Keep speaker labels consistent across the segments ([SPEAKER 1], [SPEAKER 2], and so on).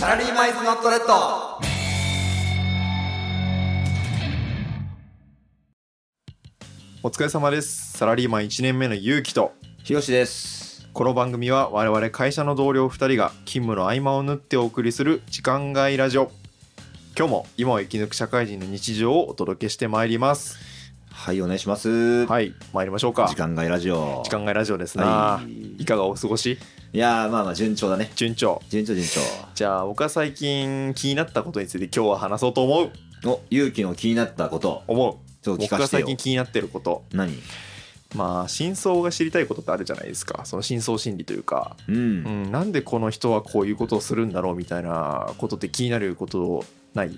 [SPEAKER 1] サラリーマンイズノットレッド
[SPEAKER 2] お疲れ様です。サラリーマン1年目のゆうきと、
[SPEAKER 1] ひろしです
[SPEAKER 2] この番組は我々会社の同僚2人が勤務の合間を縫ってお送りする時間外ラジオ。今日も今を生き抜く社会人の日常をお届けしてまいります。
[SPEAKER 1] はいお願いします、
[SPEAKER 2] はい、参りましょうか。
[SPEAKER 1] 時間外ラジオ
[SPEAKER 2] 時間外ラジオですね。
[SPEAKER 1] はい
[SPEAKER 2] いかがお過ごし
[SPEAKER 1] いやーまあまあ順調だね
[SPEAKER 2] 順調。
[SPEAKER 1] 順調順調
[SPEAKER 2] じゃあ僕は最近気になったことについて今日は話そうと思う。
[SPEAKER 1] お勇気の気になったこと
[SPEAKER 2] 思
[SPEAKER 1] ちょ
[SPEAKER 2] う。
[SPEAKER 1] っと聞
[SPEAKER 2] 僕
[SPEAKER 1] か
[SPEAKER 2] が
[SPEAKER 1] せて
[SPEAKER 2] 最
[SPEAKER 1] よ
[SPEAKER 2] 近気になってること。
[SPEAKER 1] 何
[SPEAKER 2] まあ真相が知りたいことってあるじゃないですか。その真相心理というか。
[SPEAKER 1] うん、
[SPEAKER 2] うん、なんでこの人はこういうことをするんだろうみたいなことって気になることない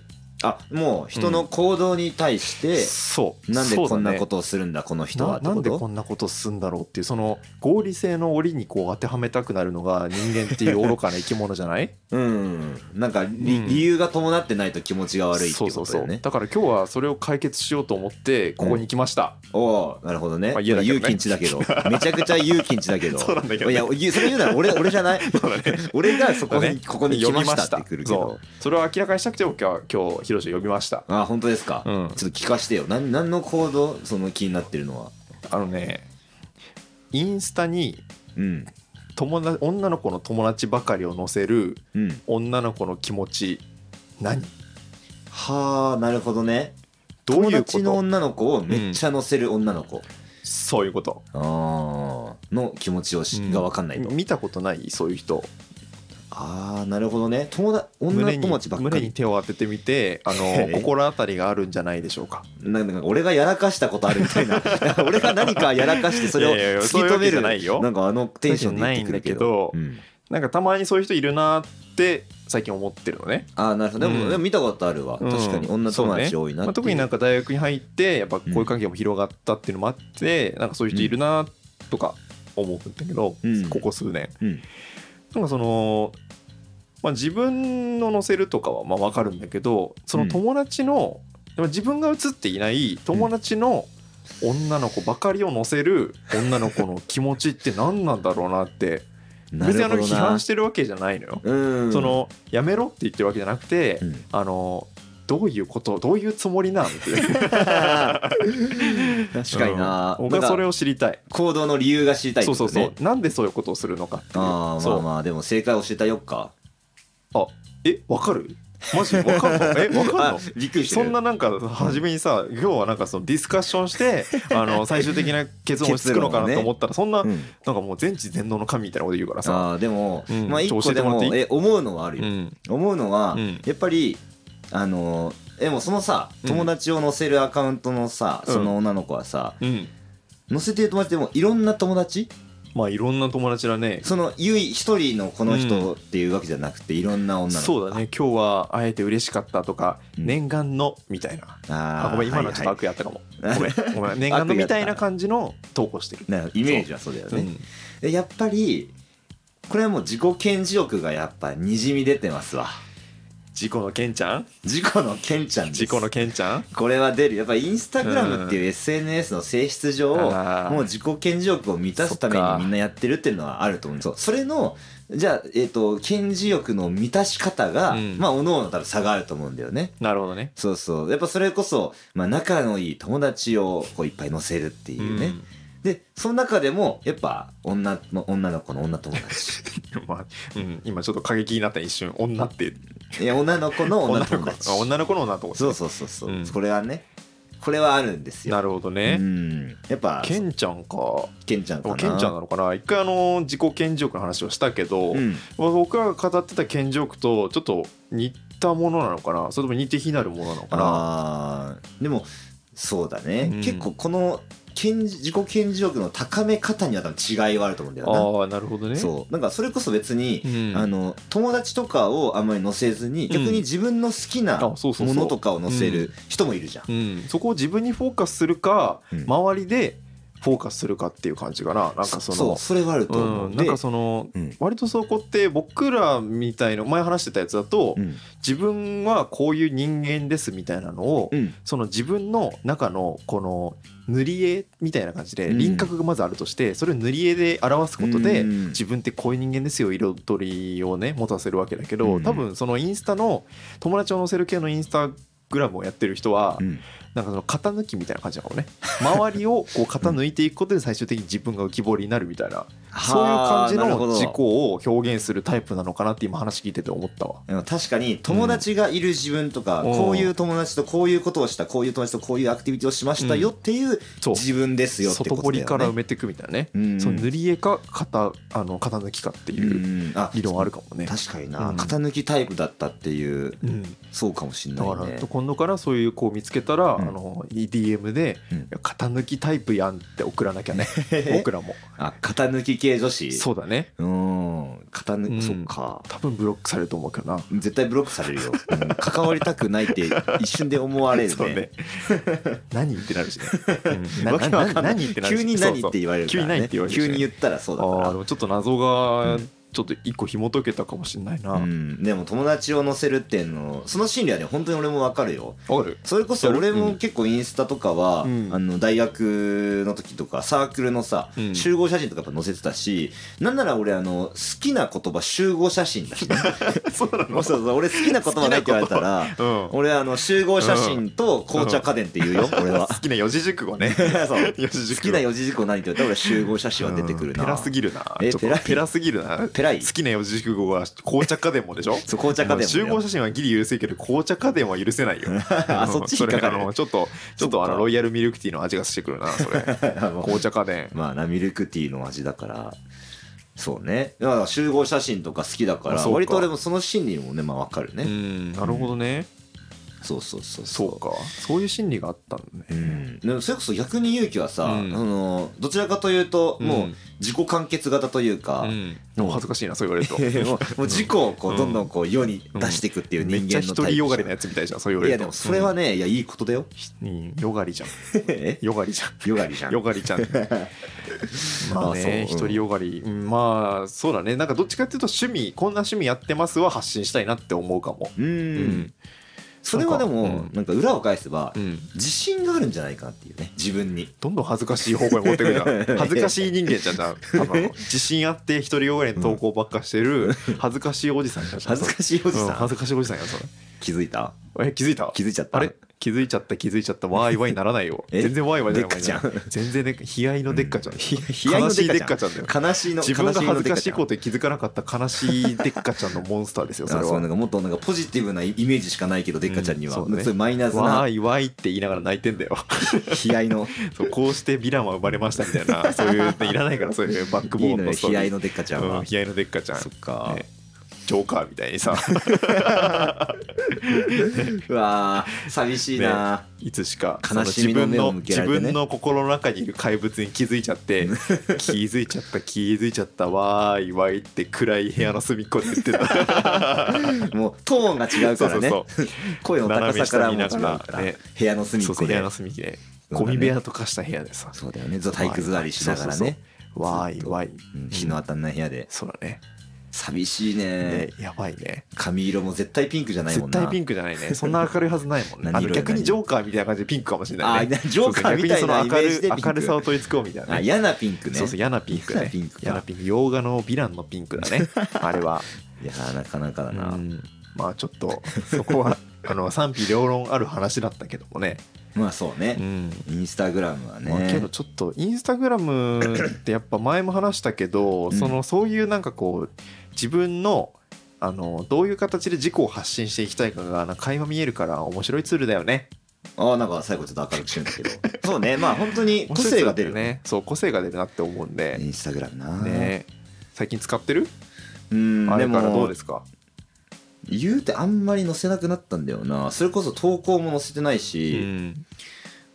[SPEAKER 1] あもう人の行動に対して、
[SPEAKER 2] そう
[SPEAKER 1] なんでこんな
[SPEAKER 2] そうだね
[SPEAKER 1] ことをするんだこの人は
[SPEAKER 2] な
[SPEAKER 1] って
[SPEAKER 2] な
[SPEAKER 1] こ
[SPEAKER 2] んでことんなことすんだろうっていうその合理性の檻にこう当てはめたくなるのが人間っていう愚かな生き物じゃない
[SPEAKER 1] うんなんか理,、
[SPEAKER 2] うん
[SPEAKER 1] 理由が伴ってないと気持ちが悪いって
[SPEAKER 2] そ
[SPEAKER 1] いうう
[SPEAKER 2] そ
[SPEAKER 1] こ
[SPEAKER 2] う
[SPEAKER 1] とだ
[SPEAKER 2] そ
[SPEAKER 1] よ
[SPEAKER 2] う
[SPEAKER 1] ね
[SPEAKER 2] だから今日はそれを解決しようと思ってここに来ました、
[SPEAKER 1] おおなるほどね、
[SPEAKER 2] まあ家だけどね
[SPEAKER 1] 勇気んちだけどめちゃくちゃ勇気んちだけど
[SPEAKER 2] そうなんだけどね
[SPEAKER 1] いやゆそれ言うなら俺俺じゃない
[SPEAKER 2] そうだね
[SPEAKER 1] 俺がそこ
[SPEAKER 2] そ
[SPEAKER 1] に、
[SPEAKER 2] うだね
[SPEAKER 1] ここに来
[SPEAKER 2] 呼
[SPEAKER 1] ま
[SPEAKER 2] びま
[SPEAKER 1] し
[SPEAKER 2] したた
[SPEAKER 1] ってくるけ
[SPEAKER 2] そ
[SPEAKER 1] ど
[SPEAKER 2] うそれを明らかにしたくて僕は今日ヒロシを呼びました
[SPEAKER 1] あ本当ですか、
[SPEAKER 2] うん
[SPEAKER 1] ちょっと聞かしてよなん何の行動その気になってるのは
[SPEAKER 2] あのねインスタに
[SPEAKER 1] うん
[SPEAKER 2] 友達女の子の友達ばかりを載せる
[SPEAKER 1] うん
[SPEAKER 2] 女の子の気持ち何
[SPEAKER 1] はあなるほどね
[SPEAKER 2] どうい
[SPEAKER 1] 友
[SPEAKER 2] うこ
[SPEAKER 1] 達の
[SPEAKER 2] と
[SPEAKER 1] 女の子をめっちゃ乗せる女の子、
[SPEAKER 2] そういうこと
[SPEAKER 1] あーの気持ちをし、
[SPEAKER 2] うん
[SPEAKER 1] が分かんないと、
[SPEAKER 2] 見たことないそういう人
[SPEAKER 1] ああなるほどね友達女
[SPEAKER 2] 胸に
[SPEAKER 1] 友達ばっか
[SPEAKER 2] 胸に
[SPEAKER 1] り
[SPEAKER 2] 手を当ててみてあ
[SPEAKER 1] え
[SPEAKER 2] の
[SPEAKER 1] え
[SPEAKER 2] 心当たりがあるんじゃないでしょうか
[SPEAKER 1] なんか俺がやらかしたことあるみたい な俺が何かやらかしてそれを
[SPEAKER 2] いやいやいや
[SPEAKER 1] 突き
[SPEAKER 2] そういう
[SPEAKER 1] 止
[SPEAKER 2] わ
[SPEAKER 1] め
[SPEAKER 2] けじ
[SPEAKER 1] る
[SPEAKER 2] ゃないよ
[SPEAKER 1] んかあのテンションで言ってくるけど
[SPEAKER 2] そう
[SPEAKER 1] うん
[SPEAKER 2] なんかたまにそういう人いるなって最近思ってるのね
[SPEAKER 1] ああなるほどでも,、
[SPEAKER 2] うん
[SPEAKER 1] でも見たことあるわ、
[SPEAKER 2] うん
[SPEAKER 1] 確かに女友達多いな
[SPEAKER 2] まあ、
[SPEAKER 1] っていう
[SPEAKER 2] 特になんか大学に入ってやっぱこういう関係も広がったっていうのもあって、なんかそういう人いるなとか思うんだけど、
[SPEAKER 1] うん
[SPEAKER 2] ここ数年
[SPEAKER 1] うん
[SPEAKER 2] なんかその、まあ、自分の載せるとかはまあ分かるんだけどその友達の、でも自分が写っていない友達の女の子ばかりを載せる女の子の気持ちって何なんだろうなって
[SPEAKER 1] な
[SPEAKER 2] 別に
[SPEAKER 1] る
[SPEAKER 2] あ
[SPEAKER 1] ほ
[SPEAKER 2] の
[SPEAKER 1] ど
[SPEAKER 2] 批
[SPEAKER 1] な
[SPEAKER 2] 判してるわけじゃないのよ。
[SPEAKER 1] うん
[SPEAKER 2] そ、のやめろって言ってるわけじゃなくて、
[SPEAKER 1] うん
[SPEAKER 2] あのどういうことどういうつもりなんっていう
[SPEAKER 1] 確かにな、
[SPEAKER 2] うん
[SPEAKER 1] なん
[SPEAKER 2] 僕
[SPEAKER 1] か
[SPEAKER 2] はそれを知りたい
[SPEAKER 1] 行動の理由が知りたいってこ
[SPEAKER 2] そう
[SPEAKER 1] と
[SPEAKER 2] そ
[SPEAKER 1] ね
[SPEAKER 2] うそうなんでそういうことをするのかっていう
[SPEAKER 1] ああ
[SPEAKER 2] そ
[SPEAKER 1] ま
[SPEAKER 2] う
[SPEAKER 1] あまあでも正解教えたよっか
[SPEAKER 2] えわかるマジわかんのえわかん
[SPEAKER 1] あ
[SPEAKER 2] の
[SPEAKER 1] びっくりして
[SPEAKER 2] そ
[SPEAKER 1] る
[SPEAKER 2] んななんか初めにさ今日はなんかそのディスカッションして あの最終的な結論をつくのかなと思ったらそんな
[SPEAKER 1] う
[SPEAKER 2] なん
[SPEAKER 1] ん
[SPEAKER 2] かもう全知全能の神みたいなこと言うからさ、
[SPEAKER 1] ああでも、
[SPEAKER 2] うん
[SPEAKER 1] まあ一
[SPEAKER 2] ちょ
[SPEAKER 1] 個
[SPEAKER 2] っと
[SPEAKER 1] で
[SPEAKER 2] 教えてもらっ
[SPEAKER 1] も
[SPEAKER 2] ていい
[SPEAKER 1] え思うのはある
[SPEAKER 2] う
[SPEAKER 1] よ、
[SPEAKER 2] ん、
[SPEAKER 1] 思うのは、
[SPEAKER 2] うん
[SPEAKER 1] やっぱりあのーでもそのさ
[SPEAKER 2] うん
[SPEAKER 1] 友達を載せるアカウントのさ、
[SPEAKER 2] うん
[SPEAKER 1] その女の子はさ
[SPEAKER 2] うん、
[SPEAKER 1] 載せてる友達でもいろんな友達
[SPEAKER 2] まあいろんな友達だね
[SPEAKER 1] その唯一人のこの人っていうわけじゃなくていろんな女の子
[SPEAKER 2] そうだね今日は会えて嬉しかったとか、
[SPEAKER 1] うん
[SPEAKER 2] 念願のみたいな
[SPEAKER 1] あ
[SPEAKER 2] あ
[SPEAKER 1] ー
[SPEAKER 2] ごめん今のはちょっと
[SPEAKER 1] はい
[SPEAKER 2] 悪やったかも、
[SPEAKER 1] はい
[SPEAKER 2] ごめんごめん念願のみたいな感じの投稿してる、
[SPEAKER 1] はいなイメージはそうだよ
[SPEAKER 2] う
[SPEAKER 1] ね、
[SPEAKER 2] ん、
[SPEAKER 1] でやっぱりこれはもう自己顕示欲がやっぱにじみ出てますわ
[SPEAKER 2] 事故のケンちゃん
[SPEAKER 1] 自己のケンちゃんです
[SPEAKER 2] 事故のケンちゃん
[SPEAKER 1] これは出るやっぱインスタグラムっていうう SNS の性質上
[SPEAKER 2] あー
[SPEAKER 1] もう自己顕示欲を満たすため
[SPEAKER 2] そっ
[SPEAKER 1] に
[SPEAKER 2] か
[SPEAKER 1] みんなやってるっていうのはあると思うんですよそれのじゃあ、えっと顕示欲の満たし方が、
[SPEAKER 2] うん
[SPEAKER 1] まあおのの多分差があると思うんだよね
[SPEAKER 2] なるほどね
[SPEAKER 1] そうそうやっぱそれこそ、まあ、仲のいい友達をこういっぱい載せるっていうね、でその中でもやっぱ女の女の子の女友達
[SPEAKER 2] うんまあうん、今ちょっと過激になった一瞬女って
[SPEAKER 1] いや女の子の女
[SPEAKER 2] 女の
[SPEAKER 1] 友
[SPEAKER 2] 子
[SPEAKER 1] 達
[SPEAKER 2] あ女の子の女と思って
[SPEAKER 1] そうそうそうそう、
[SPEAKER 2] うん
[SPEAKER 1] これはねこれはあるんですよ
[SPEAKER 2] なるほど
[SPEAKER 1] う
[SPEAKER 2] ね、
[SPEAKER 1] んやっぱ
[SPEAKER 2] ケンちゃんか
[SPEAKER 1] ケンちゃんかな
[SPEAKER 2] でもケンちゃんなのかな一回あの自己顕示欲の話をしたけど、
[SPEAKER 1] うん、
[SPEAKER 2] 僕が語ってた顕示欲とちょっと似たものなのかなそれとも似て非なるものなのかな
[SPEAKER 1] あーでもそうだね、
[SPEAKER 2] うん
[SPEAKER 1] 結構この顕示自己顕示欲の高め方には多分違いはあると思うんだ
[SPEAKER 2] あ
[SPEAKER 1] よ
[SPEAKER 2] ーなるほどね
[SPEAKER 1] なそうなんかそれこそ別に、
[SPEAKER 2] うん
[SPEAKER 1] あの友達とかをあんまり載せずに
[SPEAKER 2] ん
[SPEAKER 1] 逆に自分の好きな
[SPEAKER 2] あ
[SPEAKER 1] も
[SPEAKER 2] そうそうそう
[SPEAKER 1] のとかを載せる人もいるじゃん、
[SPEAKER 2] うん、そこを自分にフォーカスするか、
[SPEAKER 1] うん
[SPEAKER 2] 周りでフォーカスするかっていう感じかななんかそ
[SPEAKER 1] そ
[SPEAKER 2] の
[SPEAKER 1] うそれはあると思う、
[SPEAKER 2] うん、
[SPEAKER 1] で
[SPEAKER 2] なんかその
[SPEAKER 1] うん
[SPEAKER 2] 割とそこって僕らみたいな前話してたやつだと
[SPEAKER 1] うん
[SPEAKER 2] 自分はこういう人間ですみたいなのを
[SPEAKER 1] うん
[SPEAKER 2] その自分の中のこの塗り絵みたいな感じで
[SPEAKER 1] うん
[SPEAKER 2] 輪郭がまずあるとしてそれを塗り絵で表すことで
[SPEAKER 1] うん
[SPEAKER 2] 自分ってこういう人間ですよ彩りをね持たせるわけだけ
[SPEAKER 1] う
[SPEAKER 2] ど
[SPEAKER 1] ん
[SPEAKER 2] 多分そのインスタの友達を載せる系のインスタグラムをやってる人は
[SPEAKER 1] うん
[SPEAKER 2] なんかその型抜きみたいな感じなのね周りをこう型抜いていくことで最終的に自分が浮き彫りになるみた いなそういう感じ
[SPEAKER 1] はあなるほ
[SPEAKER 2] の
[SPEAKER 1] ど
[SPEAKER 2] 自己を表現するタイプなのかなって今話聞いてて思ったわ。
[SPEAKER 1] でも確かに友達がいる自分とか、
[SPEAKER 2] うん
[SPEAKER 1] こういう友達とこういうことをしたこういう友達とこういうアクティビティをしましたよっていう
[SPEAKER 2] そう
[SPEAKER 1] 自分ですよって
[SPEAKER 2] 外
[SPEAKER 1] ことだよ、ね、
[SPEAKER 2] 堀から埋めていくみたいなね、
[SPEAKER 1] うん
[SPEAKER 2] その塗り絵か型あの型抜きかっていう
[SPEAKER 1] うんあ
[SPEAKER 2] 理論あるかもね、
[SPEAKER 1] 確かにな、
[SPEAKER 2] うん
[SPEAKER 1] 型抜きタイプだったっていう
[SPEAKER 2] うん
[SPEAKER 1] そうかもしん
[SPEAKER 2] だ
[SPEAKER 1] な
[SPEAKER 2] か
[SPEAKER 1] い
[SPEAKER 2] ら、
[SPEAKER 1] ね
[SPEAKER 2] 今度からそういう子を見つけたら、
[SPEAKER 1] うん
[SPEAKER 2] あの EDM で、
[SPEAKER 1] うん
[SPEAKER 2] いや型抜きタイプやんって送らなきゃね僕らも
[SPEAKER 1] あ型抜き系女子
[SPEAKER 2] そうだね
[SPEAKER 1] ううん型抜き、
[SPEAKER 2] うん
[SPEAKER 1] そっか
[SPEAKER 2] 多分ブロックされると思うけどな
[SPEAKER 1] 絶対ブロックされるよ、うん関わりたくないって一瞬で思われる
[SPEAKER 2] そう
[SPEAKER 1] ね
[SPEAKER 2] ね 何ってなるしね、うん
[SPEAKER 1] わけわかんない
[SPEAKER 2] 何ってなるし
[SPEAKER 1] 急に何って言われるから、ね、
[SPEAKER 2] 急に何って言われるしね
[SPEAKER 1] 急に言ったらそうだか
[SPEAKER 2] ああ
[SPEAKER 1] ら
[SPEAKER 2] でもちょっと謎が
[SPEAKER 1] うん
[SPEAKER 2] ちょっと一個紐解けたかもしれないな、
[SPEAKER 1] うん、でも友達を乗せるっていうのその心理はね本当に俺もわかるよ
[SPEAKER 2] わかる
[SPEAKER 1] それこそ
[SPEAKER 2] やる
[SPEAKER 1] 俺
[SPEAKER 2] う
[SPEAKER 1] も
[SPEAKER 2] ん
[SPEAKER 1] 結構インスタとかは、
[SPEAKER 2] うん
[SPEAKER 1] あの大学の時とかサークルのさ、
[SPEAKER 2] うん
[SPEAKER 1] 集合写真とかやっぱ載せてたしなんなら俺あの好きな言葉集合写真だし、ね、
[SPEAKER 2] そうな
[SPEAKER 1] そうそう俺好きな言葉ないって言われたら
[SPEAKER 2] の、うん、
[SPEAKER 1] 俺あの集合写真と紅茶家電って言うよ、俺 は
[SPEAKER 2] 好きな四字熟 語ね
[SPEAKER 1] そう
[SPEAKER 2] 四字熟
[SPEAKER 1] 好き
[SPEAKER 2] 語
[SPEAKER 1] な四字熟語何って言ったら俺集合写真は出てくるな、
[SPEAKER 2] うんペラすぎるな
[SPEAKER 1] え
[SPEAKER 2] ちょっと
[SPEAKER 1] ペラい
[SPEAKER 2] ペラすぎるな
[SPEAKER 1] ペラい
[SPEAKER 2] 好きな四字熟語は紅茶家電もでしょ
[SPEAKER 1] そう紅茶家電もね
[SPEAKER 2] 集合写真はギリ許せるけど紅茶家電は許せないよ
[SPEAKER 1] あそっち引っかかる
[SPEAKER 2] それあのちょっとちょっとあ
[SPEAKER 1] そっ
[SPEAKER 2] の
[SPEAKER 1] か
[SPEAKER 2] ロイヤルミルクティーの味がしてくるなそ れ紅茶家電
[SPEAKER 1] まあなミルクティーの味だからそうねだから集合写真とか好きだか
[SPEAKER 2] あ
[SPEAKER 1] ら
[SPEAKER 2] そうか
[SPEAKER 1] 割と俺もその心理もねまあわかるね、
[SPEAKER 2] うんなるほどね
[SPEAKER 1] そうそうそう
[SPEAKER 2] そうかそういう心理があったんだ
[SPEAKER 1] う
[SPEAKER 2] ね
[SPEAKER 1] ん、でもそれこそ逆に勇気はさ、
[SPEAKER 2] うん
[SPEAKER 1] あのどちらかというともう
[SPEAKER 2] うん
[SPEAKER 1] 自己完結型というか、
[SPEAKER 2] うんでも恥ずかしいなそう言 われると
[SPEAKER 1] もうもう自己をこ
[SPEAKER 2] う
[SPEAKER 1] うんどんどんこう世に出していくっていう
[SPEAKER 2] め
[SPEAKER 1] 人
[SPEAKER 2] っちゃ
[SPEAKER 1] 間の
[SPEAKER 2] 独
[SPEAKER 1] タ
[SPEAKER 2] り
[SPEAKER 1] イプ
[SPEAKER 2] よがりなやつみたいじゃんそう言わ
[SPEAKER 1] い
[SPEAKER 2] れ
[SPEAKER 1] や
[SPEAKER 2] ると
[SPEAKER 1] でもそれはね、いやいいことだ よ
[SPEAKER 2] うんよがりじゃん
[SPEAKER 1] え
[SPEAKER 2] よがりじゃん
[SPEAKER 1] よがりじゃん
[SPEAKER 2] よが りちゃん。まあね、
[SPEAKER 1] あそう
[SPEAKER 2] 一人よがり、うんまあそうだね、なんかどっちかっていうと趣味、こんな趣味やってますは発信したいなって思うかも。
[SPEAKER 1] うん、
[SPEAKER 2] うん。
[SPEAKER 1] それはで
[SPEAKER 2] なん
[SPEAKER 1] も
[SPEAKER 2] かうん
[SPEAKER 1] なんか裏を返せば
[SPEAKER 2] うん
[SPEAKER 1] 自信があるんじゃないかなっていうね自分に
[SPEAKER 2] どんどん恥ずかしい方向に持ってくじゃ ん。恥ずかしい人間じゃんじゃん。あの自信あって一人よがりの投稿ばっかしてる恥ずかしいおじさんじゃん。
[SPEAKER 1] 恥ずかしいおじ
[SPEAKER 2] うん
[SPEAKER 1] さん、
[SPEAKER 2] 恥ずかしいおじさんやんそ
[SPEAKER 1] 気づいた
[SPEAKER 2] れ。え気づいた
[SPEAKER 1] 気づいちゃった
[SPEAKER 2] あれ気づいちゃった気づいちゃったわーいわーいならないよ。
[SPEAKER 1] え
[SPEAKER 2] 全然わーいわーいなら
[SPEAKER 1] でっかちゃん
[SPEAKER 2] ない全然でっか悲哀のでっかちゃん。
[SPEAKER 1] 悲哀の
[SPEAKER 2] 悲しい
[SPEAKER 1] で
[SPEAKER 2] で
[SPEAKER 1] っ
[SPEAKER 2] っ
[SPEAKER 1] か
[SPEAKER 2] か
[SPEAKER 1] ち
[SPEAKER 2] ち
[SPEAKER 1] ゃ
[SPEAKER 2] ゃ
[SPEAKER 1] ん
[SPEAKER 2] んだよ。
[SPEAKER 1] 悲しいの
[SPEAKER 2] 自分が恥ずかしいこととに気づかなかった悲しいデッカちゃんのモンスターですよそれ
[SPEAKER 1] そう
[SPEAKER 2] は
[SPEAKER 1] なんかもっとなんかポジティブなイメージしかないけどでっかちゃんには、
[SPEAKER 2] うんそうね
[SPEAKER 1] そういうマイナス
[SPEAKER 2] わ
[SPEAKER 1] な
[SPEAKER 2] ーいわーいって言いながら泣いてんだよ
[SPEAKER 1] 悲哀 の
[SPEAKER 2] そうこうしてヴィランは生まれましたみた いなそういうねいらないからそういうバックボ
[SPEAKER 1] いい
[SPEAKER 2] ーン
[SPEAKER 1] の
[SPEAKER 2] の
[SPEAKER 1] よ
[SPEAKER 2] ストーリ
[SPEAKER 1] 悲
[SPEAKER 2] ー
[SPEAKER 1] 哀のでっかちゃんは、
[SPEAKER 2] うん、悲哀のデッカちゃん
[SPEAKER 1] そっか
[SPEAKER 2] ねジョーカーみたい にさ
[SPEAKER 1] うわー寂しいな、
[SPEAKER 2] いつしか
[SPEAKER 1] 悲しみの目を向けられてね
[SPEAKER 2] 自分の自分の心の中にいる怪物に気づいちゃって 気づいちゃった気づいちゃったわーいわーいって暗い部屋の隅っこで言ってた
[SPEAKER 1] もうトーンが違う
[SPEAKER 2] そ
[SPEAKER 1] から
[SPEAKER 2] うそう
[SPEAKER 1] ね
[SPEAKER 2] そう
[SPEAKER 1] 声の高さからも違う
[SPEAKER 2] 斜め下見な
[SPEAKER 1] か
[SPEAKER 2] が
[SPEAKER 1] ら、
[SPEAKER 2] らね
[SPEAKER 1] 部屋の隅っ
[SPEAKER 2] そうそ
[SPEAKER 1] こ
[SPEAKER 2] う部
[SPEAKER 1] で
[SPEAKER 2] 屋の隅で
[SPEAKER 1] そうだね
[SPEAKER 2] ゴミ部屋とかした部屋でさ
[SPEAKER 1] そうだよねずっと体育座りしながらね
[SPEAKER 2] わーいわーい
[SPEAKER 1] うん日の当たんない部屋で
[SPEAKER 2] そうだね
[SPEAKER 1] 寂しい
[SPEAKER 2] ね
[SPEAKER 1] ね
[SPEAKER 2] やばいね
[SPEAKER 1] 髪色も絶対ピンクじゃないも
[SPEAKER 2] 絶
[SPEAKER 1] んな
[SPEAKER 2] 対ピンクじゃないねそんな明るいはずないもん ね
[SPEAKER 1] 何
[SPEAKER 2] あ
[SPEAKER 1] 色
[SPEAKER 2] の
[SPEAKER 1] 何
[SPEAKER 2] 逆にジョーカーみたいな感じでピンクかもしれないね
[SPEAKER 1] あジョーカーみたいな
[SPEAKER 2] そうそう逆にその
[SPEAKER 1] イメージで
[SPEAKER 2] 明
[SPEAKER 1] ピン
[SPEAKER 2] る
[SPEAKER 1] ク
[SPEAKER 2] 明るさを取り付こうみたいな
[SPEAKER 1] あ
[SPEAKER 2] ね
[SPEAKER 1] 嫌なピンクね
[SPEAKER 2] そうそう嫌なピンク
[SPEAKER 1] 嫌
[SPEAKER 2] ね
[SPEAKER 1] なピンクか
[SPEAKER 2] 嫌なピンク洋画のヴィランのピンク だねあれはい
[SPEAKER 1] やーなかなかだな、
[SPEAKER 2] うんまあちょっとそこはあの賛否両論ある話だったけどもね
[SPEAKER 1] まあそうね、
[SPEAKER 2] うん
[SPEAKER 1] インスタグラムはね、
[SPEAKER 2] まあけどちょっとインスタグラムってやっぱ前も話したけど、
[SPEAKER 1] うん
[SPEAKER 2] そのそういうなんかこう自分のあのどういう形で自己を発信していきたいかがなんか垣間見えるから面白いツールだよね。
[SPEAKER 1] ああなんか最後ちょっと明るくしてるんだけど そうねまあ本当に個性が出る
[SPEAKER 2] 面白いツールだよね。そう個性が出るなって思うんで、
[SPEAKER 1] インスタグラムな、
[SPEAKER 2] ね、最近使ってる？
[SPEAKER 1] うん
[SPEAKER 2] あ
[SPEAKER 1] で
[SPEAKER 2] れからど
[SPEAKER 1] も
[SPEAKER 2] うですか？
[SPEAKER 1] 言うてあんまり載せなくなったんだよなそれこそ投稿も載せてないうし
[SPEAKER 2] ん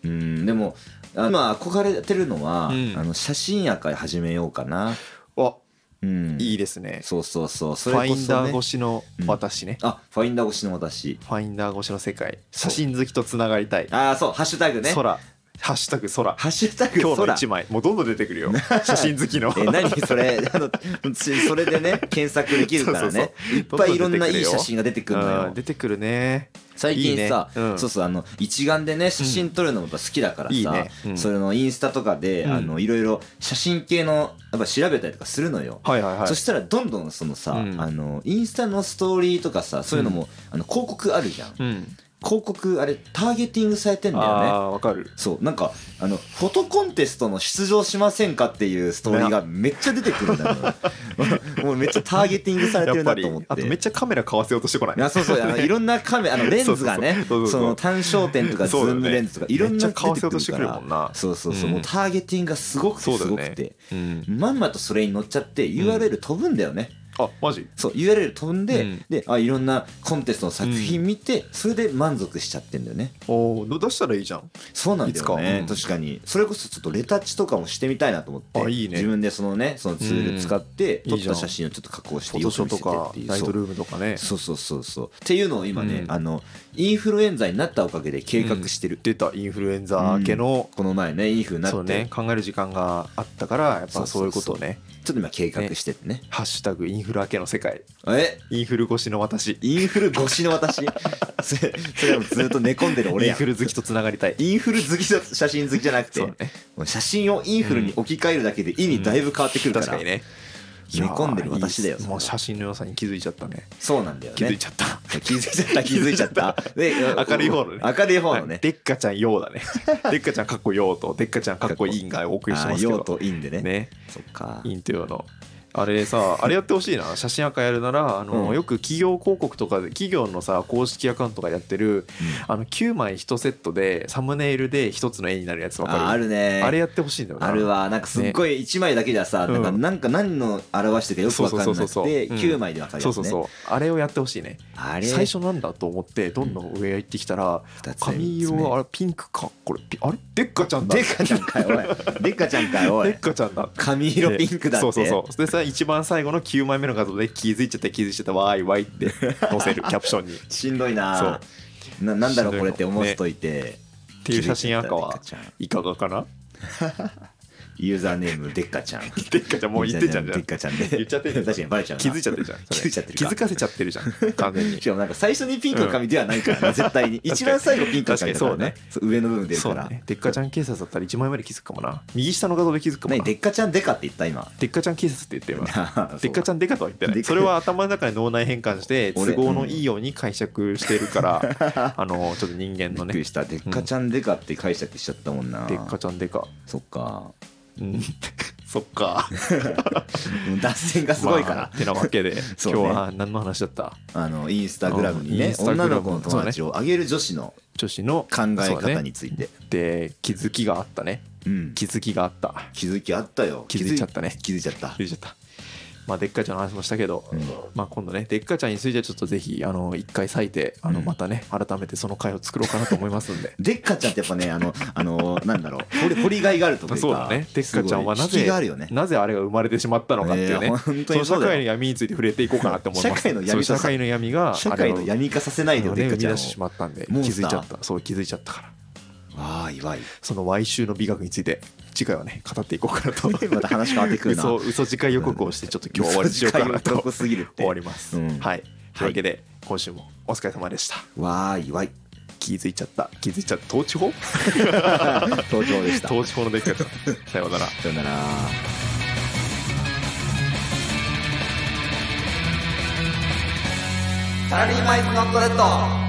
[SPEAKER 1] うんでもあ今憧れてるのは、
[SPEAKER 2] うん
[SPEAKER 1] あの写真や会始めようかな
[SPEAKER 2] あ
[SPEAKER 1] うん
[SPEAKER 2] いいですね。
[SPEAKER 1] そうそうそうそ
[SPEAKER 2] ファ
[SPEAKER 1] れ
[SPEAKER 2] イ
[SPEAKER 1] こ
[SPEAKER 2] ン
[SPEAKER 1] そ、
[SPEAKER 2] ダ
[SPEAKER 1] ね、
[SPEAKER 2] ー越しの私ね。
[SPEAKER 1] あファインダー越しの私
[SPEAKER 2] ファインダー越しの世界。
[SPEAKER 1] そう
[SPEAKER 2] 写真好きとつながりたい。
[SPEAKER 1] ああそうハッシュタグね
[SPEAKER 2] 空ハッシュタグ空
[SPEAKER 1] ハッシュタグ
[SPEAKER 2] 今日の
[SPEAKER 1] 空
[SPEAKER 2] 一枚もうどんどん出て くるよ写真好きの
[SPEAKER 1] え何それあの つそれでね検索できるからねいっぱいいろんないい写真が出てくるの
[SPEAKER 2] うん
[SPEAKER 1] よ
[SPEAKER 2] 出てくるね
[SPEAKER 1] 最近さ
[SPEAKER 2] いいねうん
[SPEAKER 1] そうそうあの一眼でね写真撮るのもやっぱ好きだから
[SPEAKER 2] いい
[SPEAKER 1] さ
[SPEAKER 2] ねうん
[SPEAKER 1] それのインスタとかで
[SPEAKER 2] うん
[SPEAKER 1] あのいろいろ写真系のやっぱ調べたりとかするのよ
[SPEAKER 2] はいはいはい
[SPEAKER 1] そしたらどんどんそのさ
[SPEAKER 2] うん
[SPEAKER 1] あのインスタのストーリーとかさそういうのもあの広告あるじゃん
[SPEAKER 2] うん
[SPEAKER 1] 広告あれターゲティングされてんだよね
[SPEAKER 2] ああーわかる
[SPEAKER 1] そうなんかあのフォトコンテストの出場しませんかっていうストーリーがめっちゃ出てくるん だよもうめっちゃターゲティングされてる
[SPEAKER 2] やっぱ
[SPEAKER 1] なと
[SPEAKER 2] り
[SPEAKER 1] 思って
[SPEAKER 2] あとめっちゃカメラ買わせようとしてこない
[SPEAKER 1] いやそうそうあのいろんなカメラあのレンズがね
[SPEAKER 2] そうそうそうそうそうそう
[SPEAKER 1] その単焦点とかズ
[SPEAKER 2] そうだ
[SPEAKER 1] ー
[SPEAKER 2] よね
[SPEAKER 1] ムレンズとかいろん
[SPEAKER 2] め
[SPEAKER 1] な
[SPEAKER 2] っち
[SPEAKER 1] の
[SPEAKER 2] ゃ
[SPEAKER 1] 出て
[SPEAKER 2] 買わせよう
[SPEAKER 1] く
[SPEAKER 2] と
[SPEAKER 1] る
[SPEAKER 2] して
[SPEAKER 1] か
[SPEAKER 2] くるも
[SPEAKER 1] ら
[SPEAKER 2] んな
[SPEAKER 1] そうそうそう
[SPEAKER 2] うん
[SPEAKER 1] もうターゲティングがすごくて
[SPEAKER 2] そうだ
[SPEAKER 1] す
[SPEAKER 2] よ
[SPEAKER 1] ご
[SPEAKER 2] ね
[SPEAKER 1] くて
[SPEAKER 2] うん
[SPEAKER 1] まんまとそれに乗っちゃって URL 飛ぶんだよね
[SPEAKER 2] あマジ
[SPEAKER 1] そう URL 飛んで
[SPEAKER 2] うん
[SPEAKER 1] であいろんなコンテストの作品見てそれで満足しちゃってんだよね
[SPEAKER 2] おー出したらいいじゃん
[SPEAKER 1] そうなんだよね、
[SPEAKER 2] いつかうん
[SPEAKER 1] 確かにそれこそちょっとレタッチとかもしてみたいなと思って
[SPEAKER 2] あいいね
[SPEAKER 1] 自分でそのねそのツール使って
[SPEAKER 2] うん
[SPEAKER 1] 撮っ
[SPEAKER 2] いいじゃ
[SPEAKER 1] た
[SPEAKER 2] ん
[SPEAKER 1] 写真をちょっと加工し
[SPEAKER 2] フ
[SPEAKER 1] て
[SPEAKER 2] ォ
[SPEAKER 1] よ
[SPEAKER 2] ト
[SPEAKER 1] く
[SPEAKER 2] ショ
[SPEAKER 1] 見せ
[SPEAKER 2] ーと
[SPEAKER 1] てっ
[SPEAKER 2] か
[SPEAKER 1] ていう
[SPEAKER 2] ライ
[SPEAKER 1] そ
[SPEAKER 2] ト
[SPEAKER 1] う
[SPEAKER 2] ルームとかね
[SPEAKER 1] そうそうそうそうっていうのを今ね、
[SPEAKER 2] うん
[SPEAKER 1] あのインフルエンザになったおかげで計画してる、
[SPEAKER 2] 出たインフルエンザ明けの、
[SPEAKER 1] この前ねいい風になって
[SPEAKER 2] そうね考える時間があったからやっ
[SPEAKER 1] そうそうそ
[SPEAKER 2] ぱ
[SPEAKER 1] う
[SPEAKER 2] そういうことをね
[SPEAKER 1] ちょっと今計画しててね
[SPEAKER 2] 「ハッシュタグインフル明けの世界
[SPEAKER 1] え
[SPEAKER 2] インフル越しの私
[SPEAKER 1] インフル越しの私 それそれはもうずっと寝込んでる俺
[SPEAKER 2] イン
[SPEAKER 1] やん
[SPEAKER 2] フル好きとつながりたい」
[SPEAKER 1] インフル好きじゃ写真好きじゃなくて、
[SPEAKER 2] そうね
[SPEAKER 1] もう写真をインフルに置き換えるだけで意味だいぶ変わってくるから、
[SPEAKER 2] 確かにね
[SPEAKER 1] 寝込んでる私だよ
[SPEAKER 2] いやーいいっすもう写真の良さに気づいちゃったね
[SPEAKER 1] そうなんだよね
[SPEAKER 2] 気づいちゃった
[SPEAKER 1] 気づいちゃった気づいちゃ ったで
[SPEAKER 2] 明るい方のね
[SPEAKER 1] 明るい方の
[SPEAKER 2] は
[SPEAKER 1] ね
[SPEAKER 2] い、でっかちゃん 用だねでっかちゃんかっこ用とでっかちゃんかっこいいんがお送りして
[SPEAKER 1] あ
[SPEAKER 2] ますけど
[SPEAKER 1] 用といいんでね
[SPEAKER 2] ね
[SPEAKER 1] そっか
[SPEAKER 2] インというのあれさあれやってほし いな写真アカやるならあの、
[SPEAKER 1] うん
[SPEAKER 2] よく企業広告とかで企業のさ公式アカウントがやってるあの9枚1セットでサムネイルで1つの絵になるやつわかる
[SPEAKER 1] ああるね
[SPEAKER 2] あれやってほしいんだよな
[SPEAKER 1] あるわなんかすっごい1枚だけじゃさ、
[SPEAKER 2] ね
[SPEAKER 1] なんか
[SPEAKER 2] うん
[SPEAKER 1] なんか何の表してるかよくわかんな
[SPEAKER 2] そうそ
[SPEAKER 1] く
[SPEAKER 2] うそうそう
[SPEAKER 1] て
[SPEAKER 2] うん
[SPEAKER 1] 9枚でわかる
[SPEAKER 2] そ
[SPEAKER 1] や
[SPEAKER 2] う
[SPEAKER 1] つ
[SPEAKER 2] そう
[SPEAKER 1] ね
[SPEAKER 2] そうあれをやってほしいね
[SPEAKER 1] あれ
[SPEAKER 2] 最初なんだと思ってどんどん上へ行ってきたら
[SPEAKER 1] 二つ目
[SPEAKER 2] 髪色はあれピンクかこれピあれでっかちゃんだ
[SPEAKER 1] でっかちゃんかい おいでっかちゃんかいお
[SPEAKER 2] で
[SPEAKER 1] い
[SPEAKER 2] っかちゃんだ
[SPEAKER 1] 髪色ピンクだって
[SPEAKER 2] そうそうそうでさ一番最後の9枚目の画像で気づいちゃった気づいちゃったわーいわーいって 載せるキャプションにっ
[SPEAKER 1] しんどいなななんだろうこれって思っといて、
[SPEAKER 2] ていう写真赤
[SPEAKER 1] でっ
[SPEAKER 2] は
[SPEAKER 1] かちゃん
[SPEAKER 2] いかがかな
[SPEAKER 1] ユーザーネームでっかち ゃん
[SPEAKER 2] でっかちゃんもう言ってんじゃんじゃ
[SPEAKER 1] でっ
[SPEAKER 2] ん
[SPEAKER 1] かちゃんで
[SPEAKER 2] 言っちゃってんじゃん
[SPEAKER 1] 確かにバレちゃうな
[SPEAKER 2] 気づいちゃってるじゃんそれ
[SPEAKER 1] 気づいちゃってる
[SPEAKER 2] 気
[SPEAKER 1] か
[SPEAKER 2] づかせちゃってるじゃん完全に
[SPEAKER 1] しかもなんか最初にピンクの髪ではないからな、絶対に
[SPEAKER 2] に
[SPEAKER 1] 一番最後ピンクの髪だからね
[SPEAKER 2] 確
[SPEAKER 1] そう上の部分出る
[SPEAKER 2] そ
[SPEAKER 1] か
[SPEAKER 2] う
[SPEAKER 1] ら、
[SPEAKER 2] だねでっかちゃん警察だったら1枚目で気づくかもな右下の画像で気づくかも
[SPEAKER 1] 何
[SPEAKER 2] な
[SPEAKER 1] で
[SPEAKER 2] で
[SPEAKER 1] っかちゃんでかって言った 今
[SPEAKER 2] っかちゃん警察って言ってるわでっかち
[SPEAKER 1] ゃん
[SPEAKER 2] ゃんでかとは言ってな
[SPEAKER 1] でっ
[SPEAKER 2] い
[SPEAKER 1] か
[SPEAKER 2] それは頭の中で脳内変換して都
[SPEAKER 1] 俺
[SPEAKER 2] 合のいいように解釈してるからあのちょっと人間
[SPEAKER 1] び
[SPEAKER 2] の
[SPEAKER 1] っくり
[SPEAKER 2] ね
[SPEAKER 1] したでっかちゃんでかって解釈しちゃったもんな
[SPEAKER 2] でっかちゃんでか
[SPEAKER 1] そっか
[SPEAKER 2] うん そっ か
[SPEAKER 1] もう脱線がすごいから、
[SPEAKER 2] まあてなわけで、
[SPEAKER 1] そ
[SPEAKER 2] 今
[SPEAKER 1] う
[SPEAKER 2] 日
[SPEAKER 1] ね
[SPEAKER 2] は何の話だった
[SPEAKER 1] あ、のインスタグラムに
[SPEAKER 2] うんイ
[SPEAKER 1] ね
[SPEAKER 2] ンスタグ
[SPEAKER 1] 女
[SPEAKER 2] ラム
[SPEAKER 1] の子の友達をあげる女子の
[SPEAKER 2] 女子の
[SPEAKER 1] 考え
[SPEAKER 2] そう
[SPEAKER 1] 方
[SPEAKER 2] だね
[SPEAKER 1] について
[SPEAKER 2] で気づきがあったね
[SPEAKER 1] うん
[SPEAKER 2] 気づきがあった
[SPEAKER 1] 気づきあったよ
[SPEAKER 2] 気づいちゃったね
[SPEAKER 1] 気づいちゃった
[SPEAKER 2] 気づいちゃったまあでっかちゃんの話もしたけど、
[SPEAKER 1] うん
[SPEAKER 2] まあ今度ねでっかちゃんについてはちょっとぜひあの一回割いてあ
[SPEAKER 1] う
[SPEAKER 2] の
[SPEAKER 1] ん
[SPEAKER 2] またね改めてその回を作ろうかなと思いますんで
[SPEAKER 1] でっかちゃんってやっぱねあの あのなんだろう掘り掘りがいがあるというか
[SPEAKER 2] そうだねでっかちゃんはな
[SPEAKER 1] すごい引
[SPEAKER 2] ぜ
[SPEAKER 1] きがあるよね
[SPEAKER 2] なぜあれが生まれてしまったのかっていうね、
[SPEAKER 1] えー本当に
[SPEAKER 2] そ
[SPEAKER 1] そ
[SPEAKER 2] の
[SPEAKER 1] うだ
[SPEAKER 2] 社
[SPEAKER 1] よ
[SPEAKER 2] 会の闇について触れていこうかなって思います
[SPEAKER 1] 社会の闇
[SPEAKER 2] そ
[SPEAKER 1] と
[SPEAKER 2] う
[SPEAKER 1] さ
[SPEAKER 2] 社会の闇が
[SPEAKER 1] 社
[SPEAKER 2] あれ
[SPEAKER 1] 会
[SPEAKER 2] を
[SPEAKER 1] の闇化させないでよ、で
[SPEAKER 2] ね
[SPEAKER 1] っ
[SPEAKER 2] 生
[SPEAKER 1] か
[SPEAKER 2] み
[SPEAKER 1] ちゃん
[SPEAKER 2] 出
[SPEAKER 1] を
[SPEAKER 2] してしまったんで気
[SPEAKER 1] モン
[SPEAKER 2] づ
[SPEAKER 1] スター
[SPEAKER 2] いちゃったそう気づいちゃったから
[SPEAKER 1] わーいわい。
[SPEAKER 2] その歪臭の美学について次回はね語っていこうかなと
[SPEAKER 1] また話変わってくるな
[SPEAKER 2] 嘘嘘次回予告をしてちょっと今日は終わりにしよう かな
[SPEAKER 1] 嘘次回予
[SPEAKER 2] と
[SPEAKER 1] 告すぎるって
[SPEAKER 2] 終わります、
[SPEAKER 1] うん
[SPEAKER 2] はいというわけで今週もお疲れ様でした
[SPEAKER 1] わーい わい。
[SPEAKER 2] 気づいちゃった気づいちゃった統 治法
[SPEAKER 1] 登場でした。さ
[SPEAKER 2] 統治法のでっかいさようなら
[SPEAKER 1] よなら。サラリーマイズのトレッド